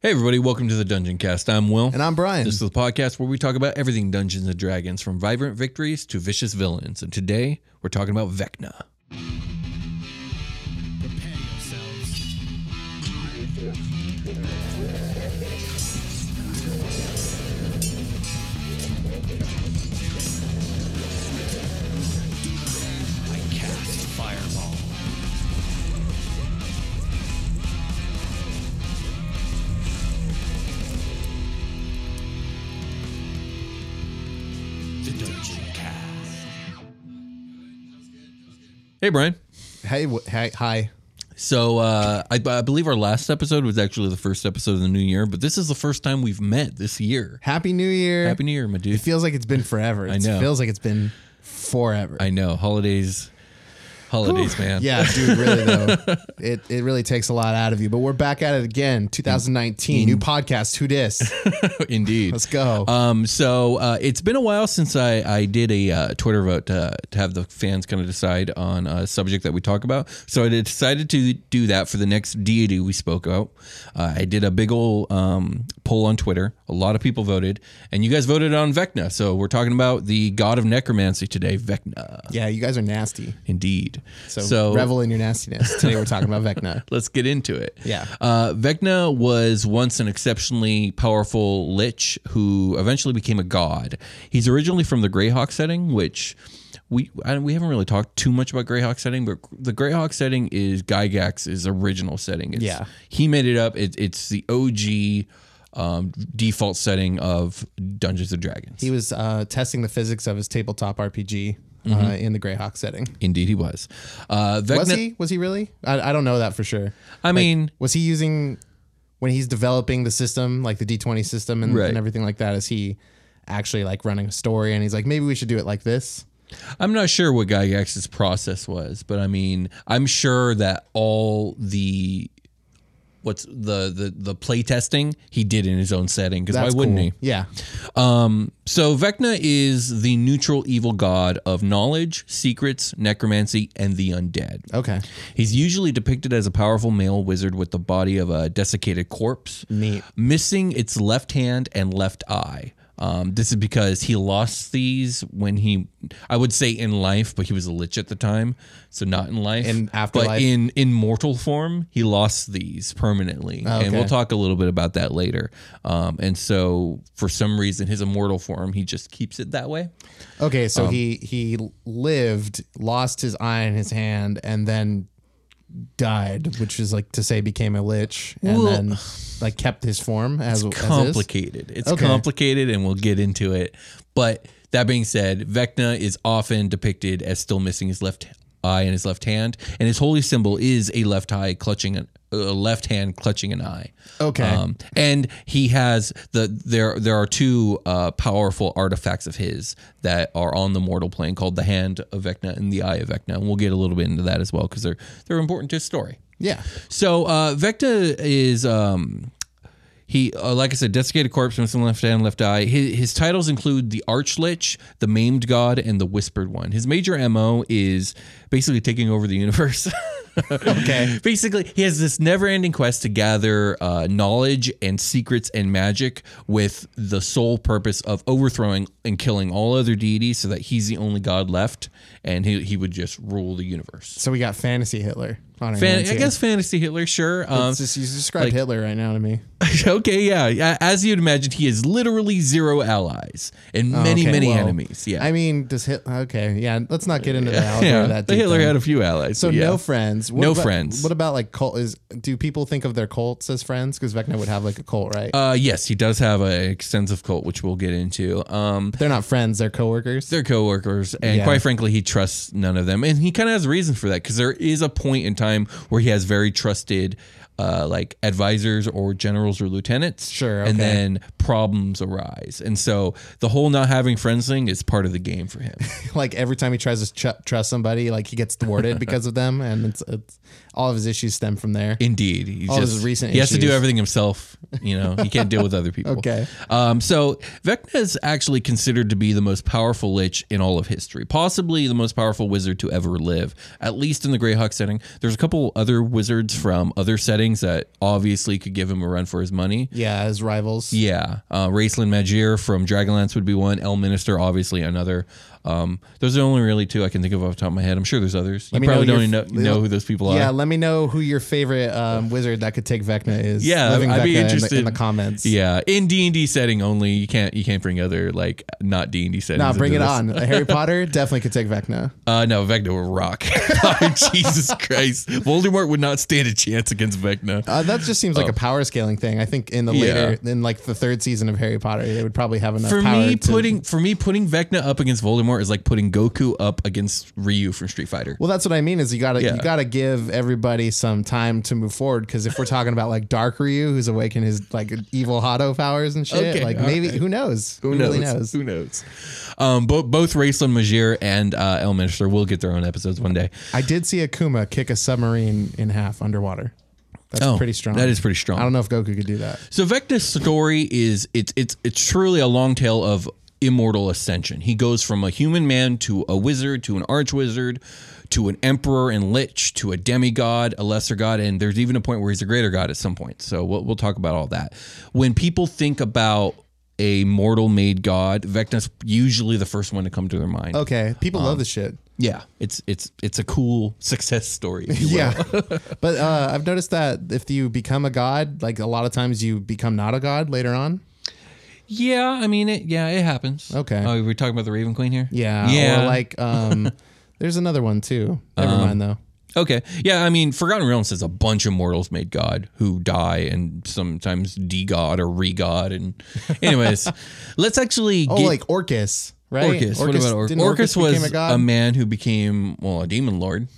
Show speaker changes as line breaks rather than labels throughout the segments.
Hey everybody, welcome to the Dungeon Cast. I'm Will.
And I'm Brian.
This is the podcast where we talk about everything Dungeons and Dragons, from vibrant victories to vicious villains. And today we're talking about Vecna.
Prepare yourselves. I cast fireball. The Dungeon Cast.
Hey Brian.
Hey, w- hi, hi.
So uh, I, I believe our last episode was actually the first episode of the new year, but this is the first time we've met this year.
Happy New Year.
Happy New Year, my
It
dude.
feels like it's been forever. It
know.
feels like it's been forever.
I know holidays, holidays, man.
yeah, dude, really though. It it really takes a lot out of you. But we're back at it again. 2019,
Mm.
new podcast. Who dis?
indeed.
Let's go.
Um, so uh, it's been a while since I, I did a uh, Twitter vote to, to have the fans kind of decide on a subject that we talk about. So I decided to do that for the next deity we spoke about. Uh, I did a big old um, poll on Twitter. A lot of people voted, and you guys voted on Vecna. So we're talking about the god of necromancy today, Vecna.
yeah, you guys are nasty.
Indeed.
So, revel in your nastiness. Today we're talking about Vecna.
Let's get into it.
Yeah.
Uh, Vecna was once an exceptionally powerful lich who eventually became a god. He's originally from the Greyhawk setting, which we I, we haven't really talked too much about Greyhawk setting, but the Greyhawk setting is Gygax's original setting. It's,
Yeah.
He made it up. It, it's the OG um, default setting of Dungeons and Dragons.
He was uh, testing the physics of his tabletop RPG uh,
Mm-hmm.
in the Greyhawk setting.
Indeed, he was. Uh, Vecna,
Was he? Was he really? I, I don't know that for sure.
I mean,
Was he using when he's developing the system, like the D20 system and,
Right.
and everything like that? Is he actually like running a story and he's like, maybe we should do it like this?
I'm not sure what Gygax's process was, but I mean, I'm sure that all the what's the the the play testing he did in his own setting because why
That's
wouldn't
cool.
he?
Yeah.
So Vecna is the neutral evil god of knowledge, secrets, necromancy, and the undead.
Okay.
He's usually depicted as a powerful male wizard with the body of a desiccated corpse,
Neat.
missing its left hand and left eye. Um, this is because he lost these when he, I would say in life, but he was a lich at the time, so not in life.
In
but
afterlife?
in in mortal form, he lost these permanently, and
okay.
we'll talk a little bit about that later. Um, and so, for some reason, his immortal form, he just keeps it that way.
Okay,
Um,
so he he lived, lost his eye in his hand, and then died, which is like to say became a lich, and
Well-
then like kept his form as as is?
complicated. It's
Okay.
complicated, and we'll get into it. But that being said, Vecna is often depicted as still missing his left eye and his left hand, and his holy symbol is a left eye clutching an, a left hand clutching an eye.
Okay.
Um, and he has the there there are two uh, powerful artifacts of his that are on the mortal plane called the Hand of Vecna and the Eye of Vecna, and we'll get a little bit into that as well because they're they're important to his story.
Yeah.
So uh, Vecta is um, he uh, like I said, desiccated corpse, missing left hand, left eye. His, his titles include the Archlich, the Maimed God, and the Whispered One. His major mo is basically taking over the universe.
Okay.
Basically, he has this never-ending quest to gather uh, knowledge and secrets and magic with the sole purpose of overthrowing and killing all other deities, so that he's the only god left, and he, he would just rule the universe.
So we got fantasy Hitler on our
Fan-
hands
I
here.
guess fantasy Hitler, sure. Um,
It's just, you described
like-
Hitler right now to me.
okay, yeah. A- As you'd imagine, he has literally zero allies and many,
Oh, Okay,
many
well,
enemies. Yeah,
I mean, does Hitler? Okay, yeah. Let's not get into the allegory
yeah.
of that.
but
deep
Hitler
then.
had a few allies.
So
but yeah.
no friends. What
No
about-
friends.
What about like cult? Is do people think of their cults as friends? Because Vecna would have like a cult, right?
Uh, yes, he does have an extensive cult, which we'll get into. Um,
they're not friends. They're coworkers.
they're coworkers, and
Yeah.
quite frankly, he trusts none of them, and he kind of has a reason for that because there is a point in time where he has very trusted, uh, like advisors or generals or lieutenants.
Sure,
and
okay.
then problems arise, and so the whole not having friends thing is part of the game for him.
like every time he tries to ch- trust somebody, like he gets thwarted because of them, and it's, it's all of his issues stem from there.
Indeed, he's
All
just
his recent
he has to do
issues.
everything himself. You know, he can't deal with other people.
Okay.
Um, so Vecna is actually considered to be the most powerful lich in all of history, possibly the most powerful wizard to ever live, at least in the Greyhawk setting. There's a couple other wizards from other settings that obviously could give him a run for his money.
Yeah, his rivals.
Yeah, uh, Raceland Magier from Dragonlance would be one. El Minister, obviously another. Um, those are the only really two I can think of off the top of my head. I'm sure there's others. You
me
probably
know
don't even
your-
know, know who those people are.
Yeah, let me know who your favorite um, wizard that could take Vecna is.
Yeah,
Living
I'd be
Vecna in the-
interested.
in the, comments.
Yeah, in D and D setting only. You can't you can't bring other like not D and D settings.
Nah, bring it
into this.
on. Harry Potter definitely could take Vecna.
Uh, no, Vecna would rock. Jesus Christ, Voldemort would not stand a chance against Vecna.
Uh, that just seems like a power scaling thing. I think in the
Oh. Yeah.
later, in like the third season of Harry Potter, they would probably have enough
For
power
me,
to-
putting for me putting Vecna up against Voldemort is like putting Goku up against Ryu from Street Fighter.
Well, that's what I mean. Is you gotta
Yeah.
you gotta give everybody some time to move forward because if we're talking about like Dark Ryu, who's awakened his like evil Hotto powers and shit,
Okay,
like
all
maybe who knows? Who, really knows?
Who knows? Um, bo- both Raceland Majir and uh, El Minister will get their own episodes one day.
I did see Akuma kick a submarine in half underwater. That's
Oh,
pretty strong.
that is pretty strong.
I don't know if Goku could do that.
So Vecna's story is it's it's it's truly a long tale of immortal ascension. He goes from a human man to a wizard to an arch wizard to an emperor and lich to a demigod, a lesser god, and there's even a point where he's a greater god at some point. So we'll we'll talk about all that. When people think about a mortal made god, Vecna's usually the first one to come to their mind.
Okay, people
Um,
love this shit.
Yeah, it's it's it's a cool success story. if you will.
Yeah, but uh, I've noticed that if you become a god, like a lot of times you become not a god later on.
Yeah, I mean it. Yeah, it happens.
Okay.
Oh, we're talking about the Raven Queen here.
Yeah,
Yeah. Um,
Or like, um, there's another one too. Never mind though.
Okay. Yeah, I mean, Forgotten Realms has a bunch of mortals made god who die and sometimes de-god or re-god. And anyways, let's actually
Oh,
get
like Orcus, right?
Orcus. What about Orcus?
didn't
Orcus was
became a god.
man who became well a demon lord.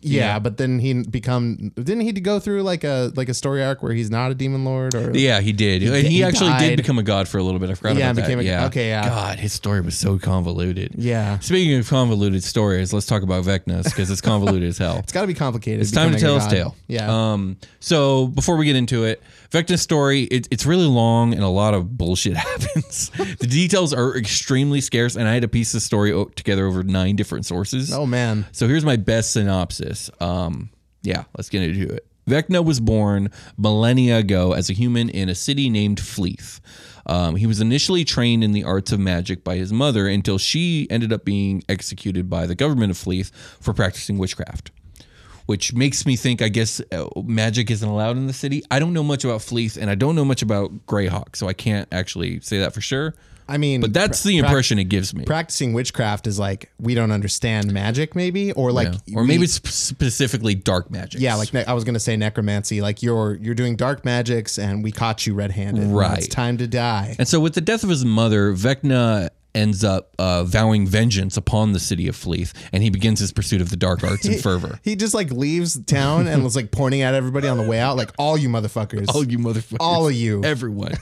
yeah, but then he become didn't he go through like a like a story arc where he's not a demon lord or
Yeah, he did. and he,
he
actually did
died.
become a god for a little bit. I forgot
Yeah,
about that.
became a-
yeah.
okay, yeah.
God, his story was so convoluted.
yeah.
Speaking of convoluted stories, let's talk about Vecna's because it's convoluted as hell.
It's got to be complicated.
It's time to tell
becoming
his
a god.
tale.
Yeah,
Um. So before we get into it, Vecna's story it, it's really long and a lot of bullshit happens. the details are extremely scarce, and I had to piece the story o- together over nine different sources.
oh man,
So here's my best synopsis. Um, yeah, let's get into it. Vecna was born millennia ago as a human in a city named Fleeth. Um, he was initially trained in the arts of magic by his mother until she ended up being executed by the government of Fleeth for practicing witchcraft. Which makes me think, I guess, uh, magic isn't allowed in the city. I don't know much about Fleeth and I don't know much about Greyhawk, so I can't actually say that for sure.
I mean,
But that's the impression it gives me.
practicing witchcraft is like we don't understand magic, maybe, or like
Yeah. Or maybe
we-
it's specifically dark magic.
yeah, like ne- I was gonna say necromancy. Like you're you're doing dark magics, and we caught you red-handed.
Right.
it's time to die.
And so, with the death of his mother, Vecna ends up uh, vowing vengeance upon the city of Fleeth, and he begins his pursuit of the dark arts and fervor.
He just like leaves town and was like pointing at everybody on the way out, like all you motherfuckers,
All you motherfuckers!
All of you.
everyone,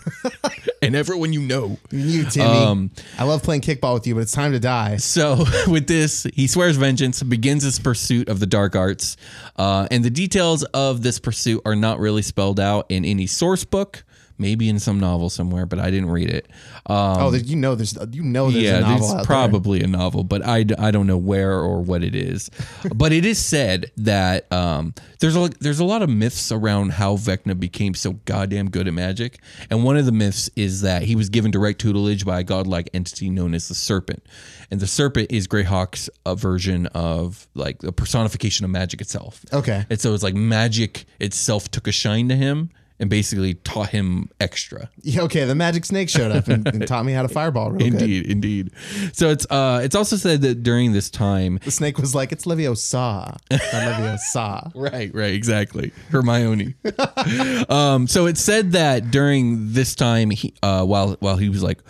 and everyone you know.
you Timmy.
Um,
I love playing kickball with you, but it's time to die.
So, with this, he swears vengeance, begins his pursuit of the dark arts, uh, and the details of this pursuit are not really spelled out in any source book. maybe in some novel somewhere, but I didn't read it. Um,
Oh, there- you know there's you know there's
yeah,
a novel
it's
out there.
probably a novel, but I, d- I don't know where or what it is. but it is said that um, there's a there's a lot of myths around how Vecna became so goddamn good at magic, and one of the myths is that he was given direct tutelage by a godlike entity known as the Serpent, and the Serpent is Greyhawk's uh, version of like a personification of magic itself.
Okay.
And so it's like magic itself took a shine to him and basically taught him extra.
Yeah, okay, the magic snake showed up and, and taught me how to fireball real good.
Indeed, indeed. So it's uh it's also said that during this time
The snake was like, "It's Leviosa, not Leviosa."
Right, right, exactly. Hermione. um, so it said that during this time, he, uh, while while he was like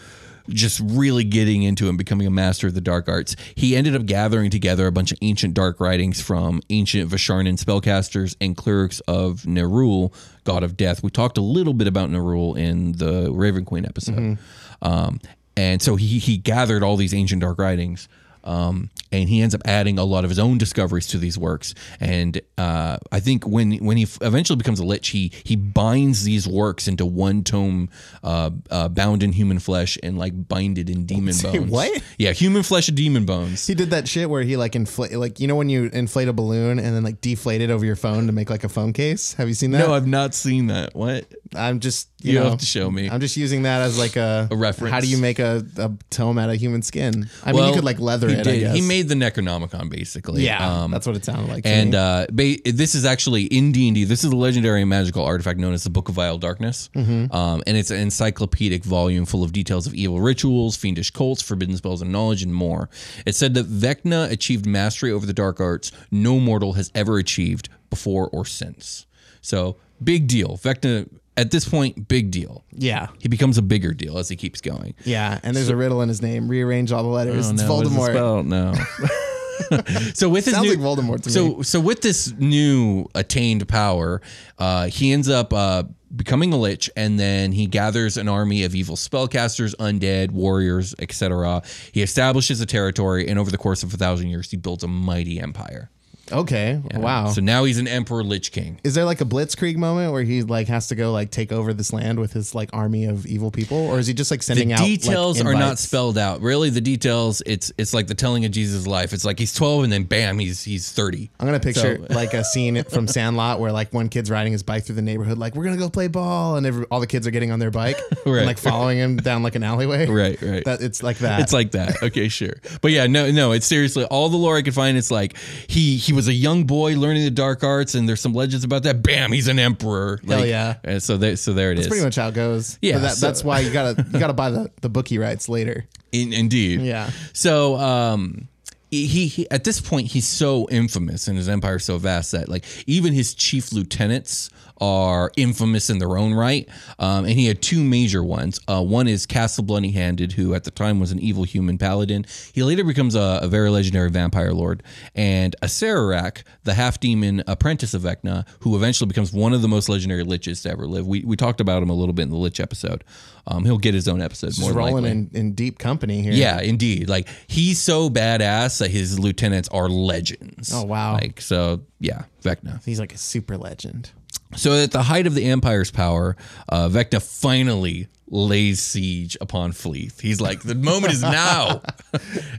just really getting into and becoming a master of the dark arts, he ended up gathering together a bunch of ancient dark writings from ancient Visharnan spellcasters and clerics of Nerul, god of death. We talked a little bit about Nerul in the Raven Queen episode. Um, and so he he gathered all these ancient dark writings. Um, and he ends up adding a lot of his own discoveries to these works. And uh, I think when when he f- eventually becomes a lich, he he binds these works into one tome, uh, uh, bound in human flesh and like binded in demon bones.
what?
Yeah, human flesh and demon bones.
He did that shit where he like inflate, like you know when you inflate a balloon and then like deflate it over your phone to make like a phone case. Have you seen that?
No, I've not seen that. What?
I'm just you,
You
know,
have to show me.
I'm just using that as like a,
A reference.
How do you make a, a tome out of human skin? I mean,
Well,
you could like leather
he
it. I
did.
guess.
He made the Necronomicon basically.
yeah.
Um,
that's what it sounded like. to
and
me.
uh, ba- this is actually in D and D. This is a legendary magical artifact known as the Book of Vile Darkness, um, and it's an encyclopedic volume full of details of evil rituals, fiendish cults, forbidden spells, and knowledge, and more. It said that Vecna achieved mastery over the dark arts no mortal has ever achieved before or since. So big deal, Vecna. At this point, big deal.
yeah,
He becomes a bigger deal as he keeps going.
yeah. And there's a riddle in his name. Rearrange all the letters. it's
Oh, No, what is the
Voldemort.
spell? No. so with his
Sounds
new,
like Voldemort to
so
me.
so with this new attained power, uh, he ends up uh, becoming a lich, and then he gathers an army of evil spellcasters, undead warriors, etc. He establishes a territory, and over the course of a thousand years, he builds a mighty empire.
Okay. Wow.
So now he's an emperor lich king.
is there like a blitzkrieg moment where he like has to go like take over this land with his like army of evil people or is he just like sending out like,
details are not
invites?
spelled out. Really, the details it's it's like the telling of Jesus' life. It's like he's twelve, and then bam, he's he's thirty.
I'm gonna picture
So-
like a scene from Sandlot where like one kid's riding his bike through the neighborhood, like we're gonna go play ball, and every, all the kids are getting on their bike
Right.
and like following him down like an alleyway.
Right, right.
That it's like that.
It's like that. Okay, sure. But yeah, no, no. It's seriously all the lore I could find. It's like he he was a young boy learning the dark arts, and there's some legends about that. Bam, he's an emperor.
Hell
Like,
yeah.
and so there, so there it is.
that's pretty much how it goes.
Yeah,
But that,
so-
that's why you gotta you gotta buy the the bookie rights later.
In, indeed.
Yeah.
So um, he, he at this point he's so infamous and his empire is so vast that like even his chief lieutenants are infamous in their own right. Um, and he had two major ones. Uh, one is Castle Bloody Handed, who at the time was an evil human paladin. He later becomes a, a very legendary vampire lord, and Acerarak, the half demon apprentice of Vecna, who eventually becomes one of the most legendary liches to ever live. We, we talked about him a little bit in the lich episode. Um, he'll get his own episode.
Just
more than
rolling
likely.
in, in deep company here.
Yeah, indeed. Like he's so badass that his lieutenants are legends.
Oh, wow.
Like so, yeah, Vecna.
He's like a super legend.
So at the height of the empire's power, uh, Vecna finally lays siege upon Fleeth. He's like, the moment is now,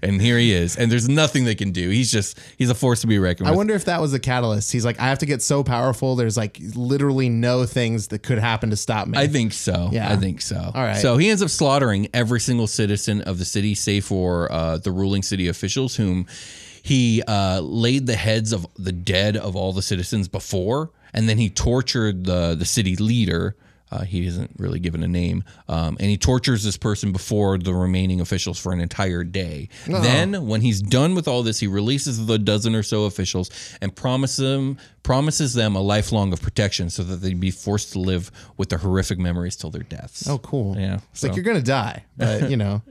and here he is. And there's nothing they can do. He's just he's a force to be reckoned
I
with.
wonder if that was the catalyst. He's like, I have to get so powerful. There's like literally no things that could happen to stop me.
I think so.
Yeah.
I think so.
All right.
So he ends up slaughtering every single citizen of the city, save for uh, the ruling city officials, whom he uh, laid the heads of the dead of all the citizens before, and then he tortured the the city leader. Uh, he isn't really given a name, um, and he tortures this person before the remaining officials for an entire day. Then, when he's done with all this, he releases the dozen or so officials and promises them promises them a lifelong of protection, so that they'd be forced to live with the horrific memories till their deaths.
Oh, cool.
Yeah,
It's
so-
like you're gonna die, but you know,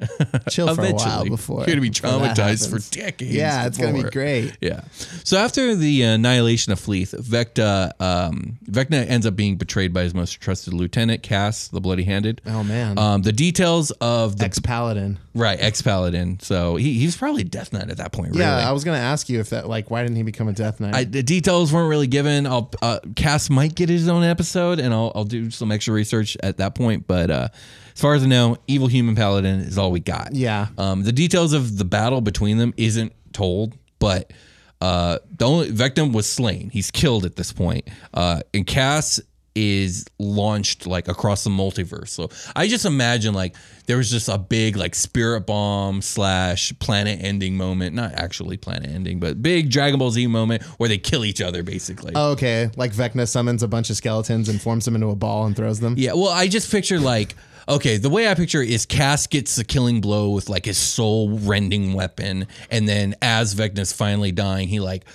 chill for a while
Eventually.
before
You're gonna be
before that
traumatized for
happens.
decades.
Yeah, it's gonna be
before.
great.
Yeah. So after uh, the annihilation of Fleeth, Vecna um, Vecna ends up being betrayed by his most trusted lu- lieutenant, Cass, the bloody handed.
Oh, man.
Um, the details of the
Ex Paladin.
right ex paladin. So he, he was probably Death Knight at that point. Really.
Yeah, I was gonna ask you if that like why didn't he become a Death Knight?
I, the details weren't really given. I'll uh, Cass might get his own episode, and I'll, I'll do some extra research at that point. But uh, as far as I know, evil human paladin is all we got.
Yeah.
Um, the details of the battle between them isn't told, but uh, the only victim was slain. He's killed at this point, uh, and Cass is launched like across the multiverse. So I just imagine like there was just a big like spirit bomb slash planet ending moment. Not actually planet ending, but big Dragon Ball Z moment where they kill each other basically.
Oh, okay, like Vecna summons a bunch of skeletons and forms them into a ball and throws them.
Yeah, well, I just picture like okay, the way I picture it is Cass gets the killing blow with like his soul rending weapon, and then as Vecna's finally dying, he like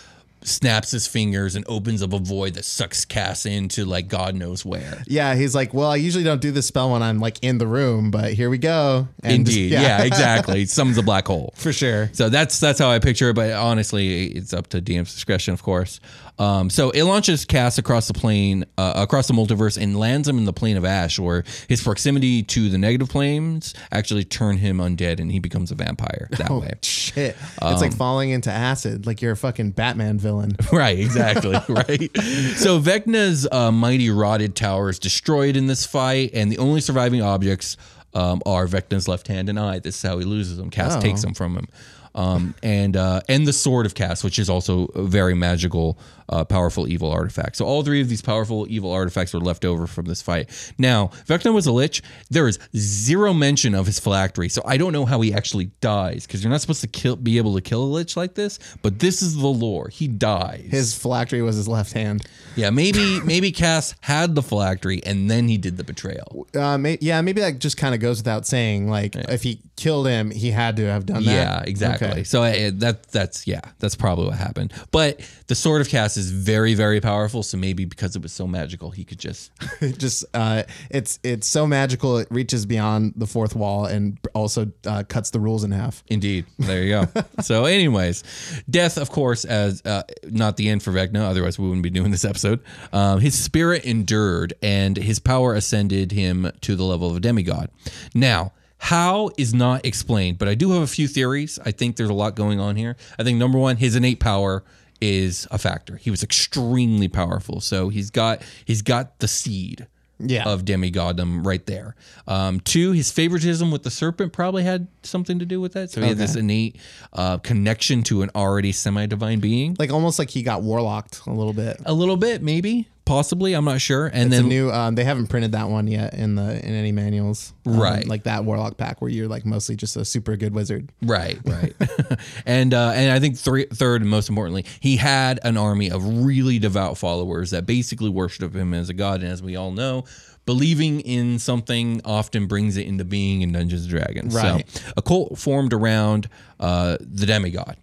snaps his fingers and opens up a void that sucks Cass into like God knows where.
Yeah, he's like, well, I usually don't do this spell when I'm like in the room, but here we go. And just-
Indeed, yeah. exactly. It summons a black hole.
for sure.
So that's that's how I picture it, but honestly, it's up to DM's discretion, of course. Um, so it launches Cass across the plane, uh, across the multiverse, and lands him in the plane of Ash, where his proximity to the negative planes actually turn him undead, and he becomes a vampire that way.
Shit, it's
Um,
like falling into acid. Like you're a fucking Batman villain.
Right, exactly. right. So Vecna's uh, mighty rotted tower is destroyed in this fight, and the only surviving objects um, are Vecna's left hand and eye. This is how he loses them. Cass takes them from him, um, and uh, and the sword of Cass, which is also a very magical, uh, powerful evil artifact. So all three of these powerful evil artifacts were left over from this fight. Now Vecna was a lich. There is zero mention of his phylactery, so I don't know how he actually dies because you're not supposed to kill, be able to kill a lich like this. But this is the lore. He dies.
His phylactery was his left hand.
Yeah, maybe maybe Cass had the phylactery and then he did the betrayal.
Uh, may- yeah, maybe that just kind of goes without saying. Like if he killed him, he had to have done that.
Yeah, exactly.
Okay.
So I, that that's yeah, that's probably what happened. But the sword of Cass is very very powerful, so maybe because it was so magical, he could just
It just uh, it's it's so magical. It reaches beyond the fourth wall and also uh, cuts the rules in half.
Indeed. There you go. so, anyways, death, of course, as uh, not the end for Vecna. Otherwise, we wouldn't be doing this episode. Um, his spirit endured, and his power ascended him to the level of a demigod. Now. How is not explained, but I do have a few theories. I think there's a lot going on here. I think number one, his innate power is a factor. He was extremely powerful, so he's got he's got the seed
Yeah.
of demigoddom right there. Um, two, his favoritism with the serpent probably had something to do with that. So he had this innate uh, connection to an already semi divine being.
Like almost like he got warlocked a little bit.
A little bit, maybe, possibly. I'm not sure. And
It's a
then
new. Um, they haven't printed that one yet in the in any manuals. Um,
Right.
like that warlock pack where you're like mostly just a super good wizard.
Right, right, and uh, and I think three, third and most importantly, he had an army of really devout followers that basically worship him as a god. And as we all know, believing in something often brings it into being in Dungeons and Dragons.
Right.
So a cult formed around uh, the demigod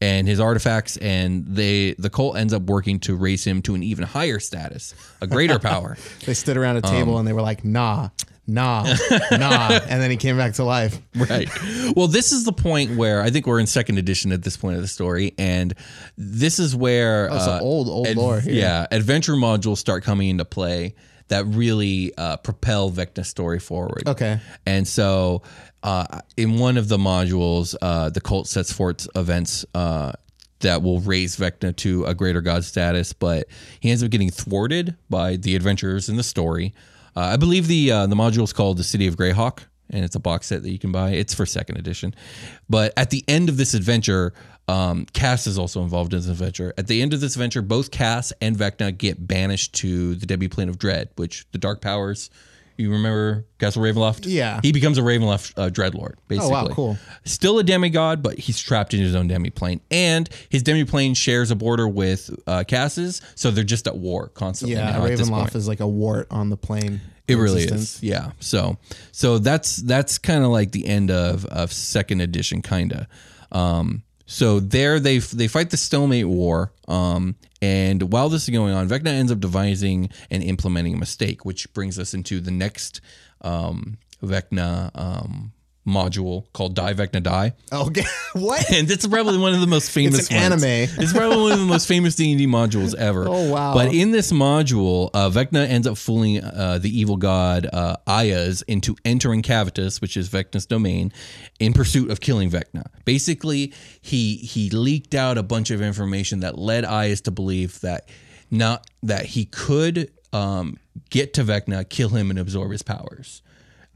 and his artifacts, and they the cult ends up working to raise him to an even higher status, a greater power.
They stood around a table
Um,
and they were like, nah, nah, nah, and then he came back to life.
right. Well, this is the point where I think we're in second edition at this point of the story, and this is where
Oh,
uh,
It's an old old lore. Here.
yeah, adventure modules start coming into play that really uh, propel Vecna's story forward.
Okay.
And so, uh, in one of the modules, uh, the cult sets forth events uh, that will raise Vecna to a greater god status, but he ends up getting thwarted by the adventurers in the story. Uh, I believe the uh, the module is called the City of Greyhawk, and it's a box set that you can buy. It's for second edition, but at the end of this adventure. Um, Cass is also involved in this adventure. At the end of this adventure, both Cass and Vecna get banished to the Debbie Plane of Dread, which the Dark Powers, you remember Castle Ravenloft?
Yeah. Oh,
He becomes a Ravenloft uh, Dreadlord, basically.
cool.
Still a demigod, but he's trapped in his own demiplane. And his demiplane shares a border with uh, Cass's, so they're just at war constantly.
Yeah,
now at this point.
Ravenloft is like a wart on the plane.
It really
existence.
is. Yeah. So so that's that's kind of like the end of of second edition kinda. Um so there they f- they fight the stalemate war um and while this is going on Vecna ends up devising and implementing a mistake which brings us into the next um Vecna um module called Die Vecna Die,
Oh, Okay. what?
and it's probably one of the most famous.
an
ones.
anime.
It's probably one of the most famous D and D modules ever.
Oh, wow.
But in this module, uh, Vecna ends up fooling uh, the evil god uh, Ayaz into entering Cavitus, which is Vecna's domain, in pursuit of killing Vecna. Basically, he he leaked out a bunch of information that led Ayaz to believe that not that he could um, get to Vecna, kill him, and absorb his powers.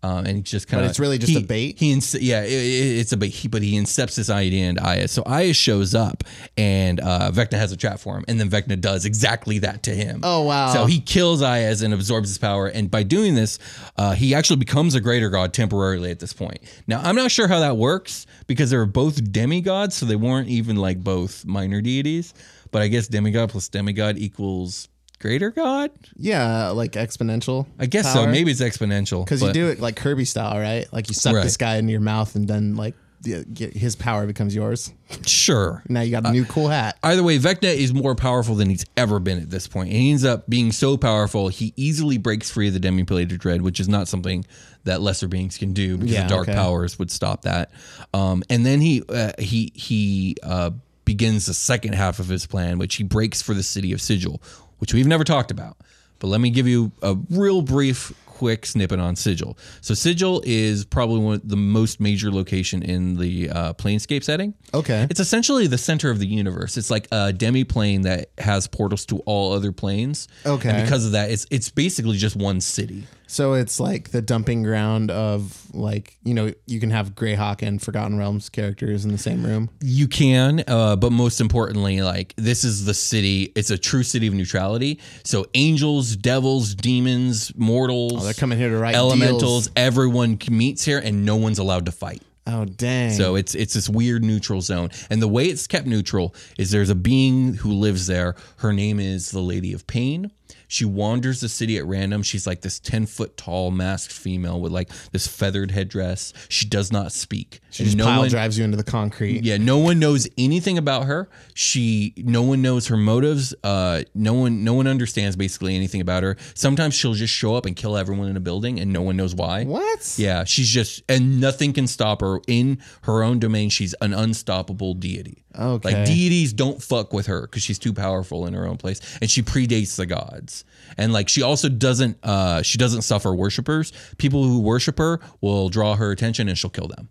Um, and just kind of,
it's really just a bait?
He, inst- yeah, i- i it's a bait. He, but he incepts this idea into Aya. So Aya shows up, and uh, Vecna has a trap for him, and then Vecna does exactly that to him.
Oh, wow.
So he kills Ayaz and absorbs his power, and by doing this, uh, he actually becomes a greater god temporarily at this point. Now I'm not sure how that works because they were both demigods, so they weren't even like both minor deities. But I guess demigod plus demigod equals greater god.
Yeah, like exponential.
I guess so. Maybe it's exponential
because you
but-
do it like Kirby style, right? Like you suck
Right.
this guy into your mouth, and then like the- get- his power becomes yours.
Sure.
Now you got a new cool hat.
Either way, Vecna is more powerful than he's ever been at this point. And he ends up being so powerful, he easily breaks free of the Demipulator Dread, which is not something that lesser beings can do because
Yeah,
the dark
okay.
powers would stop that. Um, and then he uh, he he uh, begins the second half of his plan, which he breaks for the city of Sigil, which we've never talked about. But let me give you a real brief, quick snippet on Sigil. So Sigil is probably one of the most major location in the uh, Planescape setting.
Okay.
It's essentially the center of the universe. It's like a demi plane that has portals to all other planes.
Okay.
And because of that, it's it's basically just one city.
So it's like the dumping ground of like you know you can have Greyhawk and Forgotten Realms characters in the same room.
You can, uh, but most importantly, like this is the city. It's a true city of neutrality. So angels, devils, demons, mortals,
Oh, They're coming here to write
elementals,
deals.
everyone meets here, and no one's allowed to fight.
Oh dang!
So it's it's this weird neutral zone, and the way it's kept neutral is there's a being who lives there. Her name is the Lady of Pain. She wanders the city at random. She's like this ten foot tall masked female with like this feathered headdress. She does not speak.
she just
no
pile
one,
drives you into the concrete.
yeah, no one knows anything about her. She, no one knows her motives. Uh, no one, no one understands basically anything about her. Sometimes she'll just show up and kill everyone in a building, and no one knows why.
What?
Yeah, she's just and nothing can stop her in her own domain. She's an unstoppable deity.
Okay.
Like deities don't fuck with her because she's too powerful in her own place, and she predates the gods. And like she also doesn't, uh, she doesn't suffer worshippers. People who worship her will draw her attention, and she'll kill them.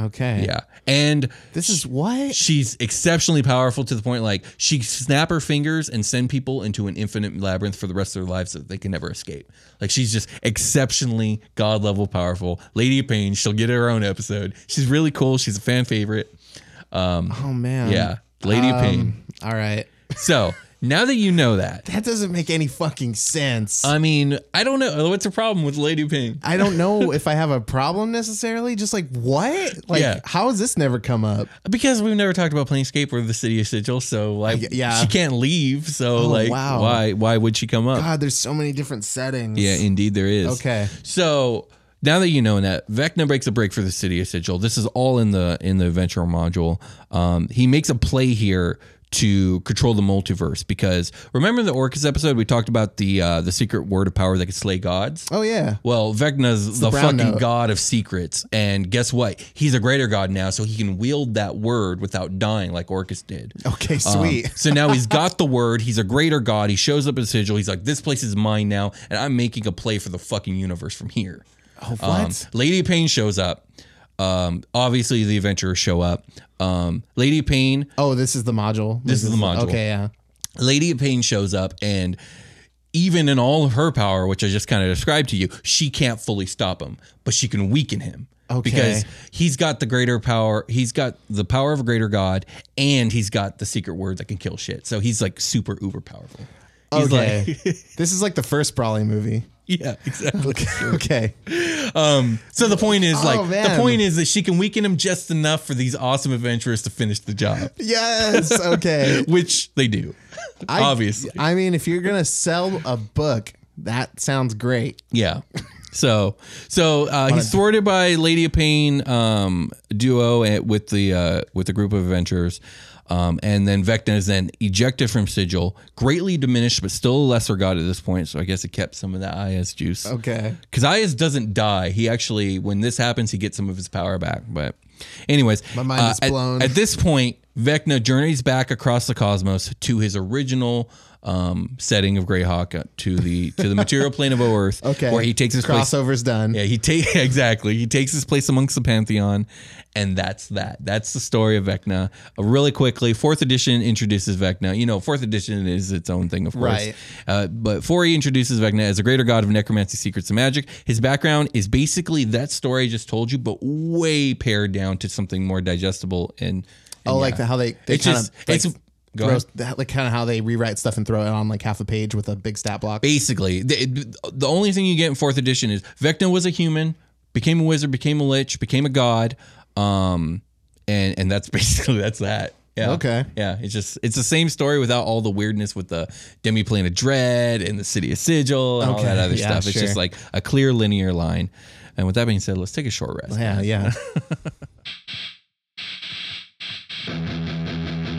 Okay.
Yeah, and
This is what?
she's exceptionally powerful to the point like she can snap her fingers and send people into an infinite labyrinth for the rest of their lives that they can never escape. Like she's just exceptionally god level powerful. Lady of Pain, she'll get her own episode. She's really cool. She's a fan favorite.
Oh man.
Yeah, Lady of Pain.
Um, all right.
So now that you know that,
That doesn't make any fucking sense.
I mean, I don't know what's the problem with Lady of Pain.
I don't know if I have a problem necessarily. Just like what? Like
Yeah.
how has this never come up?
Because we've never talked about Planescape or the City of Sigil, so like,
yeah. Oh,
she can't leave. So like,
wow.
why why would she come up?
God, there's so many different settings.
Yeah, indeed there is.
Okay.
So now that you know that Vecna breaks a break for the city of Sigil, this is all in the in the adventure module. Um, he makes a play here to control the multiverse because remember in the Orcus episode we talked about the uh, the secret word of power that could slay gods.
Oh yeah.
Well, Vecna's the,
brown
fucking
note.
god of secrets, and guess what? He's a greater god now, so he can wield that word without dying like Orcus did.
Okay,
Um,
sweet.
so now he's got the word. He's a greater god. He shows up in Sigil. He's like, this place is mine now, and I'm making a play for the fucking universe from here.
oh, what?
Um, Lady Payne shows up. Um, obviously, the adventurers show up. Um, Lady Payne
oh, this is the module.
This is the module.
Okay, yeah.
Lady of Pain shows up and even in all of her power, which I just kind of described to you, she can't fully stop him, but she can weaken him.
Okay.
Because he's got the greater power, he's got the power of a greater god, and he's got the secret word that can kill shit. So he's like super uber powerful. He's
Okay.
like,
this is like the first Brawley movie.
yeah, exactly.
Okay.
Um, so the point is, like, the
Oh, man.
point is that she can weaken him just enough for these awesome adventurers to finish the job,
Yes. Okay.
which they do,
I-
obviously.
I mean, if you're gonna sell a book, that sounds great.
Yeah. So, so uh, he's thwarted eh, by Lady of Pain um, duo at, with the uh, with the group of adventurers, Um, and then Vecna is then ejected from Sigil, greatly diminished, but still a lesser god at this point. So I guess it kept some of that IS juice.
Okay.
Because IS doesn't die. He actually, when this happens, he gets some of his power back. But, anyways, uh,
My mind is
at-
blown.
At, this point, Vecna journeys back across the cosmos to his original um, setting of Greyhawk uh, to the to the material plane of Earth,
Okay.
where he takes his place.
crossover's done.
Yeah, he take exactly. He takes his place amongst the pantheon, and that's that. That's the story of Vecna. Uh, really quickly, fourth edition introduces Vecna. You know, fourth edition is its own thing, of course.
Right.
Uh, but Forey introduces Vecna as a greater god of necromancy, secrets, and magic. His background is basically that story I just told you, but way pared down to something more digestible and.
Oh,
and
like
yeah.
how they, they
It's
kind of
just-
like,
it's- go
throw, like kind of how they rewrite stuff and throw it on like half a page with a big stat block.
basically the, the only thing you get in fourth edition is vecna was a human became a wizard became a lich became a god um and and that's basically that's that yeah
Okay.
yeah it's just it's the same story without all the weirdness with the demi plane of dread and the city of sigil and all
Okay.
that other
Yeah,
stuff it's
sure.
just like a clear linear line and with that being said let's take a short rest
Yeah, yeah.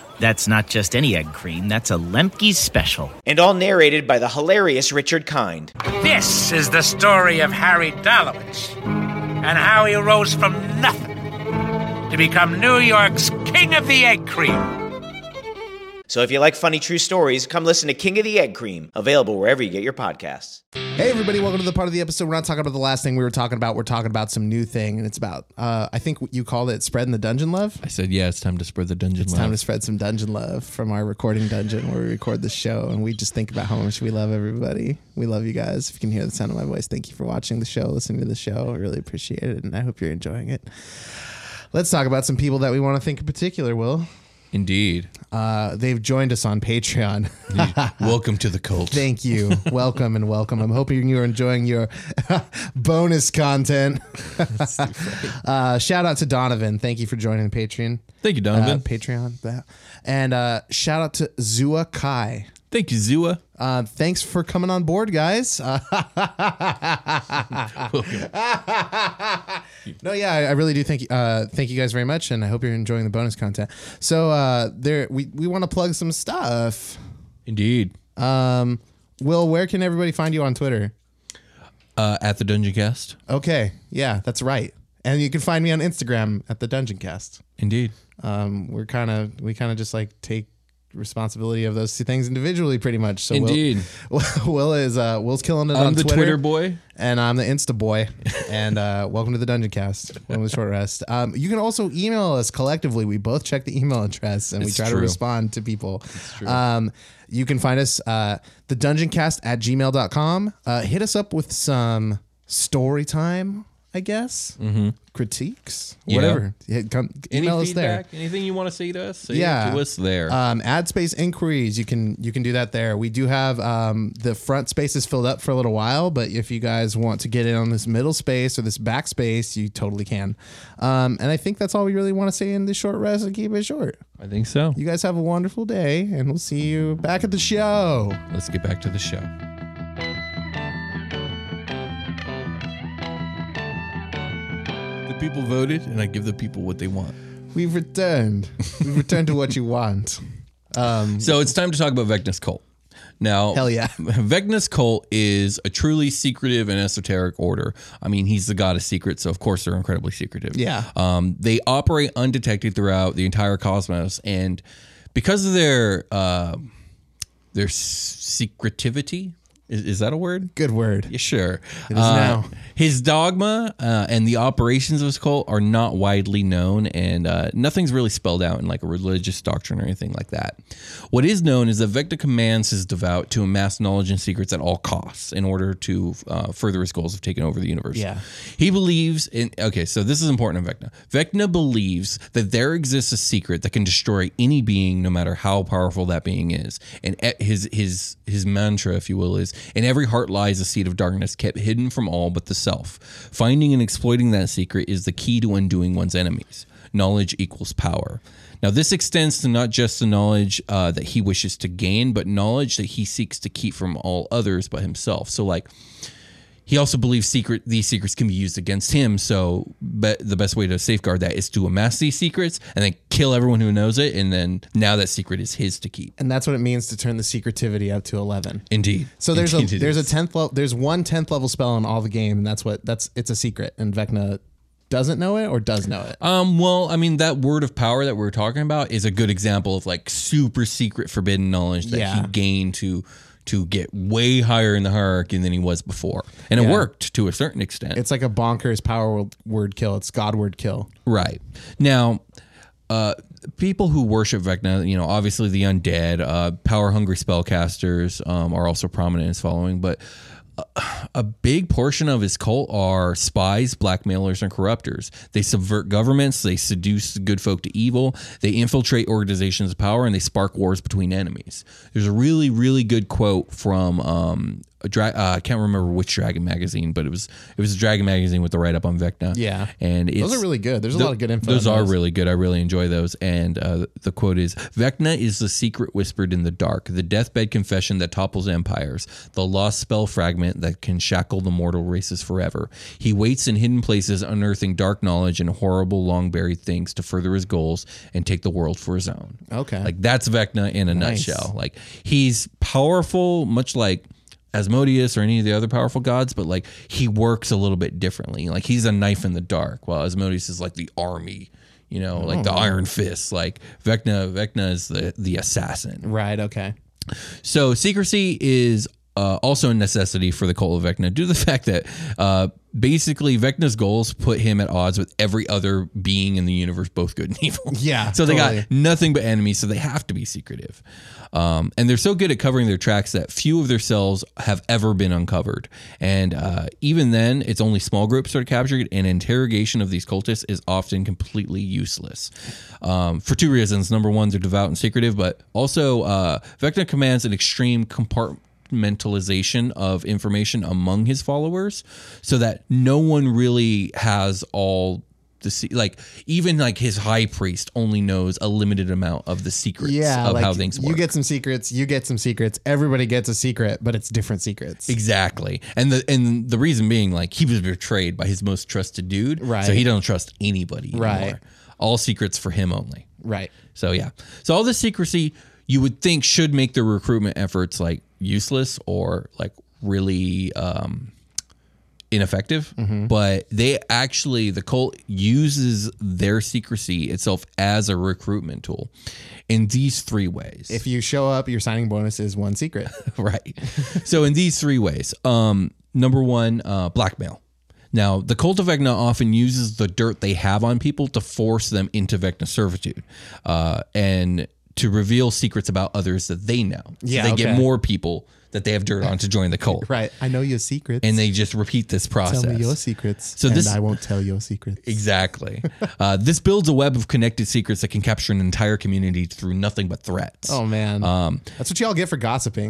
That's not just any egg cream, that's a Lemke's special.
and all narrated by the hilarious Richard Kind.
This is the story of Harry Dalowitz and how he rose from nothing to become New York's king of the egg cream.
So if you like funny true stories, come listen to King of the Egg Cream, available wherever you get your podcasts.
Hey everybody, welcome to the part of the episode. We're not talking about the last thing we were talking about. We're talking about some new thing, and it's about uh, I think you called it spreading the dungeon love.
i said yeah it's time to spread the dungeon
It's
love.
time to spread some dungeon love from our recording dungeon where we record the show and we just think about how much we love everybody. We love you guys. If you can hear the sound of my voice, thank you for watching the show, listening to the show. I really appreciate it and I hope you're enjoying it. Let's talk about some people that we want to thank in particular, Will.
indeed
Uh, they've joined us on Patreon.
welcome to the cult
thank you. Welcome and welcome. I'm hoping you're enjoying your bonus content. uh, shout out to Donovan. Thank you for joining Patreon.
thank you donovan
Uh, Patreon. That. And uh, shout out to Zua Kai.
thank you zua
Uh, thanks for coming on board, guys. Uh, no, yeah, I, I really do thank you. Uh, thank you guys very much, and I hope you're enjoying the bonus content. So uh, there, we, we want to plug some stuff.
indeed
Um, Will, where can everybody find you on Twitter?
uh, at the dungeon cast
Okay, yeah, that's right. And you can find me on Instagram at the Dungeon Cast.
Indeed.
Um, we're kind of we kind of just like take responsibility of those two things individually, pretty much. So
Indeed.
Will, Will is uh, Will's killing it
I'm
on
the
Twitter,
Twitter boy.
and I'm the Insta boy. and uh, welcome to the Dungeon Cast. Welcome to short rest. Um, you can also email us collectively. We both check the email address and we
It's
try to
true.
respond to people. Um, you can find us uh, the dungeoncast at gmail.com. Uh, hit us up with some story time, I guess, critiques,
Mm-hmm. Yeah.
whatever. Yeah, come,
Any
email us there.
feedback? Anything you want to say to us? Say it to us there.
Um, ad space inquiries, you can you can do that there. We do have um, the front space is filled up for a little while, but if you guys want to get in on this middle space or this back space, you totally can. Um, and I think that's all we really want to say in this short rest and keep it short.
I think so.
You guys have a wonderful day, and we'll see you back at the show.
Let's get back to the show. The people voted, and I give the people what they want.
We've returned. We've returned to what you want. Um,
So it's time to talk about Vecna's cult. Now,
Hell yeah.
Vecna's cult is a truly secretive and esoteric order. I mean, he's the god of secrets, so of course they're incredibly secretive.
Yeah.
Um, they operate undetected throughout the entire cosmos, and because of their uh, their s- secretivity, is, is that a word?
good word.
Yeah, sure.
It is
Uh,
now.
His dogma uh, and the operations of his cult are not widely known, and uh, nothing's really spelled out in like a religious doctrine or anything like that. What is known is that Vecna commands his devout to amass knowledge and secrets at all costs in order to uh, further his goals of taking over the universe.
Yeah.
He believes in. Okay, so this is important in Vecna. Vecna believes that there exists a secret that can destroy any being, no matter how powerful that being is. And e- his his his mantra, if you will, is: "In every heart lies a seed of darkness, kept hidden from all but the self. Finding and exploiting that secret is the key to undoing one's enemies. Knowledge equals power." Now, this extends to not just the knowledge uh, that he wishes to gain, but knowledge that he seeks to keep from all others but himself. So, like, he also believes secret these secrets can be used against him. So be, the best way to safeguard that is to amass these secrets and then kill everyone who knows it. And then now that secret is his to keep.
And that's what it means to turn the secretivity up to eleven.
Indeed.
So there's
Indeed
a
it
there's a
is.
tenth level there's one tenth level spell in all the game, and that's what that's it's a secret, and Vecna doesn't know it or does know it.
Um, well, I mean, that word of power that we were talking about is a good example of like super secret forbidden knowledge that
Yeah.
he gained to to get way higher in the hierarchy than he was before. And it
Yeah.
worked to a certain extent.
It's like a bonkers power word- word kill. It's God word kill.
Right. Now, uh, people who worship Vecna, you know, obviously the undead, uh, power hungry spellcasters um, are also prominent in his following, but a, a big portion of his cult are spies, blackmailers, and corruptors. They subvert governments, they seduce good folk to evil, they infiltrate organizations of power, and they spark wars between enemies. There's a really, really good quote from. Um, a dra- uh, I can't remember which Dragon magazine, but it was it was a Dragon magazine with the write up on Vecna.
Yeah.
and it's,
Those are really good. There's a
Tho-
lot of good info.
Those
in
are
those.
really good. I really enjoy those. And uh, the quote is Vecna is the secret whispered in the dark, the deathbed confession that topples empires, the lost spell fragment that can shackle the mortal races forever. He waits in hidden places, unearthing dark knowledge and horrible, long buried things to further his goals and take the world for his own.
Okay.
Like that's Vecna in a
Nice.
nutshell. Like he's powerful, much like Asmodeus or any of the other powerful gods, but like he works a little bit differently. Like he's a knife in the dark, while Asmodeus is like the army, you know, like
Oh.
the iron fist. Like Vecna, Vecna is the the assassin.
right. Okay.
So secrecy is uh, also a necessity for the cult of Vecna due to the fact that uh, basically Vecna's goals put him at odds with every other being in the universe, both good and evil.
Yeah,
So they
totally.
got nothing but enemies, so they have to be secretive. Um, and they're so good at covering their tracks that few of their cells have ever been uncovered. And uh, even then, it's only small groups that are captured, and interrogation of these cultists is often completely useless um, for two reasons. Number one, they're devout and secretive, but also uh, Vecna commands an extreme compartmentalization of information among his followers so that no one really has all the se- like even like his high priest only knows a limited amount of the secrets
Yeah.
of
like
how things work.
You get some secrets. You get some secrets. Everybody gets a secret, but it's different secrets.
Exactly, and the and the reason being, like he was betrayed by his most trusted dude,
Right.
So he don't trust anybody anymore.
Right.
All secrets for him only.
Right.
So yeah, so all this secrecy you would think should make the recruitment efforts like useless or like really um, ineffective, but they actually the cult uses their secrecy itself as a recruitment tool in these three ways.
If you show up, your signing bonus is one secret.
right. so in these three ways, um, number one, uh, blackmail. Now, the cult of Vecna often uses the dirt they have on people to force them into Vecna servitude, uh, and to reveal secrets about others that they know. So
Yeah,
they
okay.
get more people that they have dirt on to join the cult.
right. I know your secrets.
And they just repeat this process.
tell me your secrets.
So
and
this-
I won't tell your secrets.
Exactly. uh, this builds a web of connected secrets that can capture an entire community through nothing but threats.
Oh man, um, that's what y'all get for gossiping.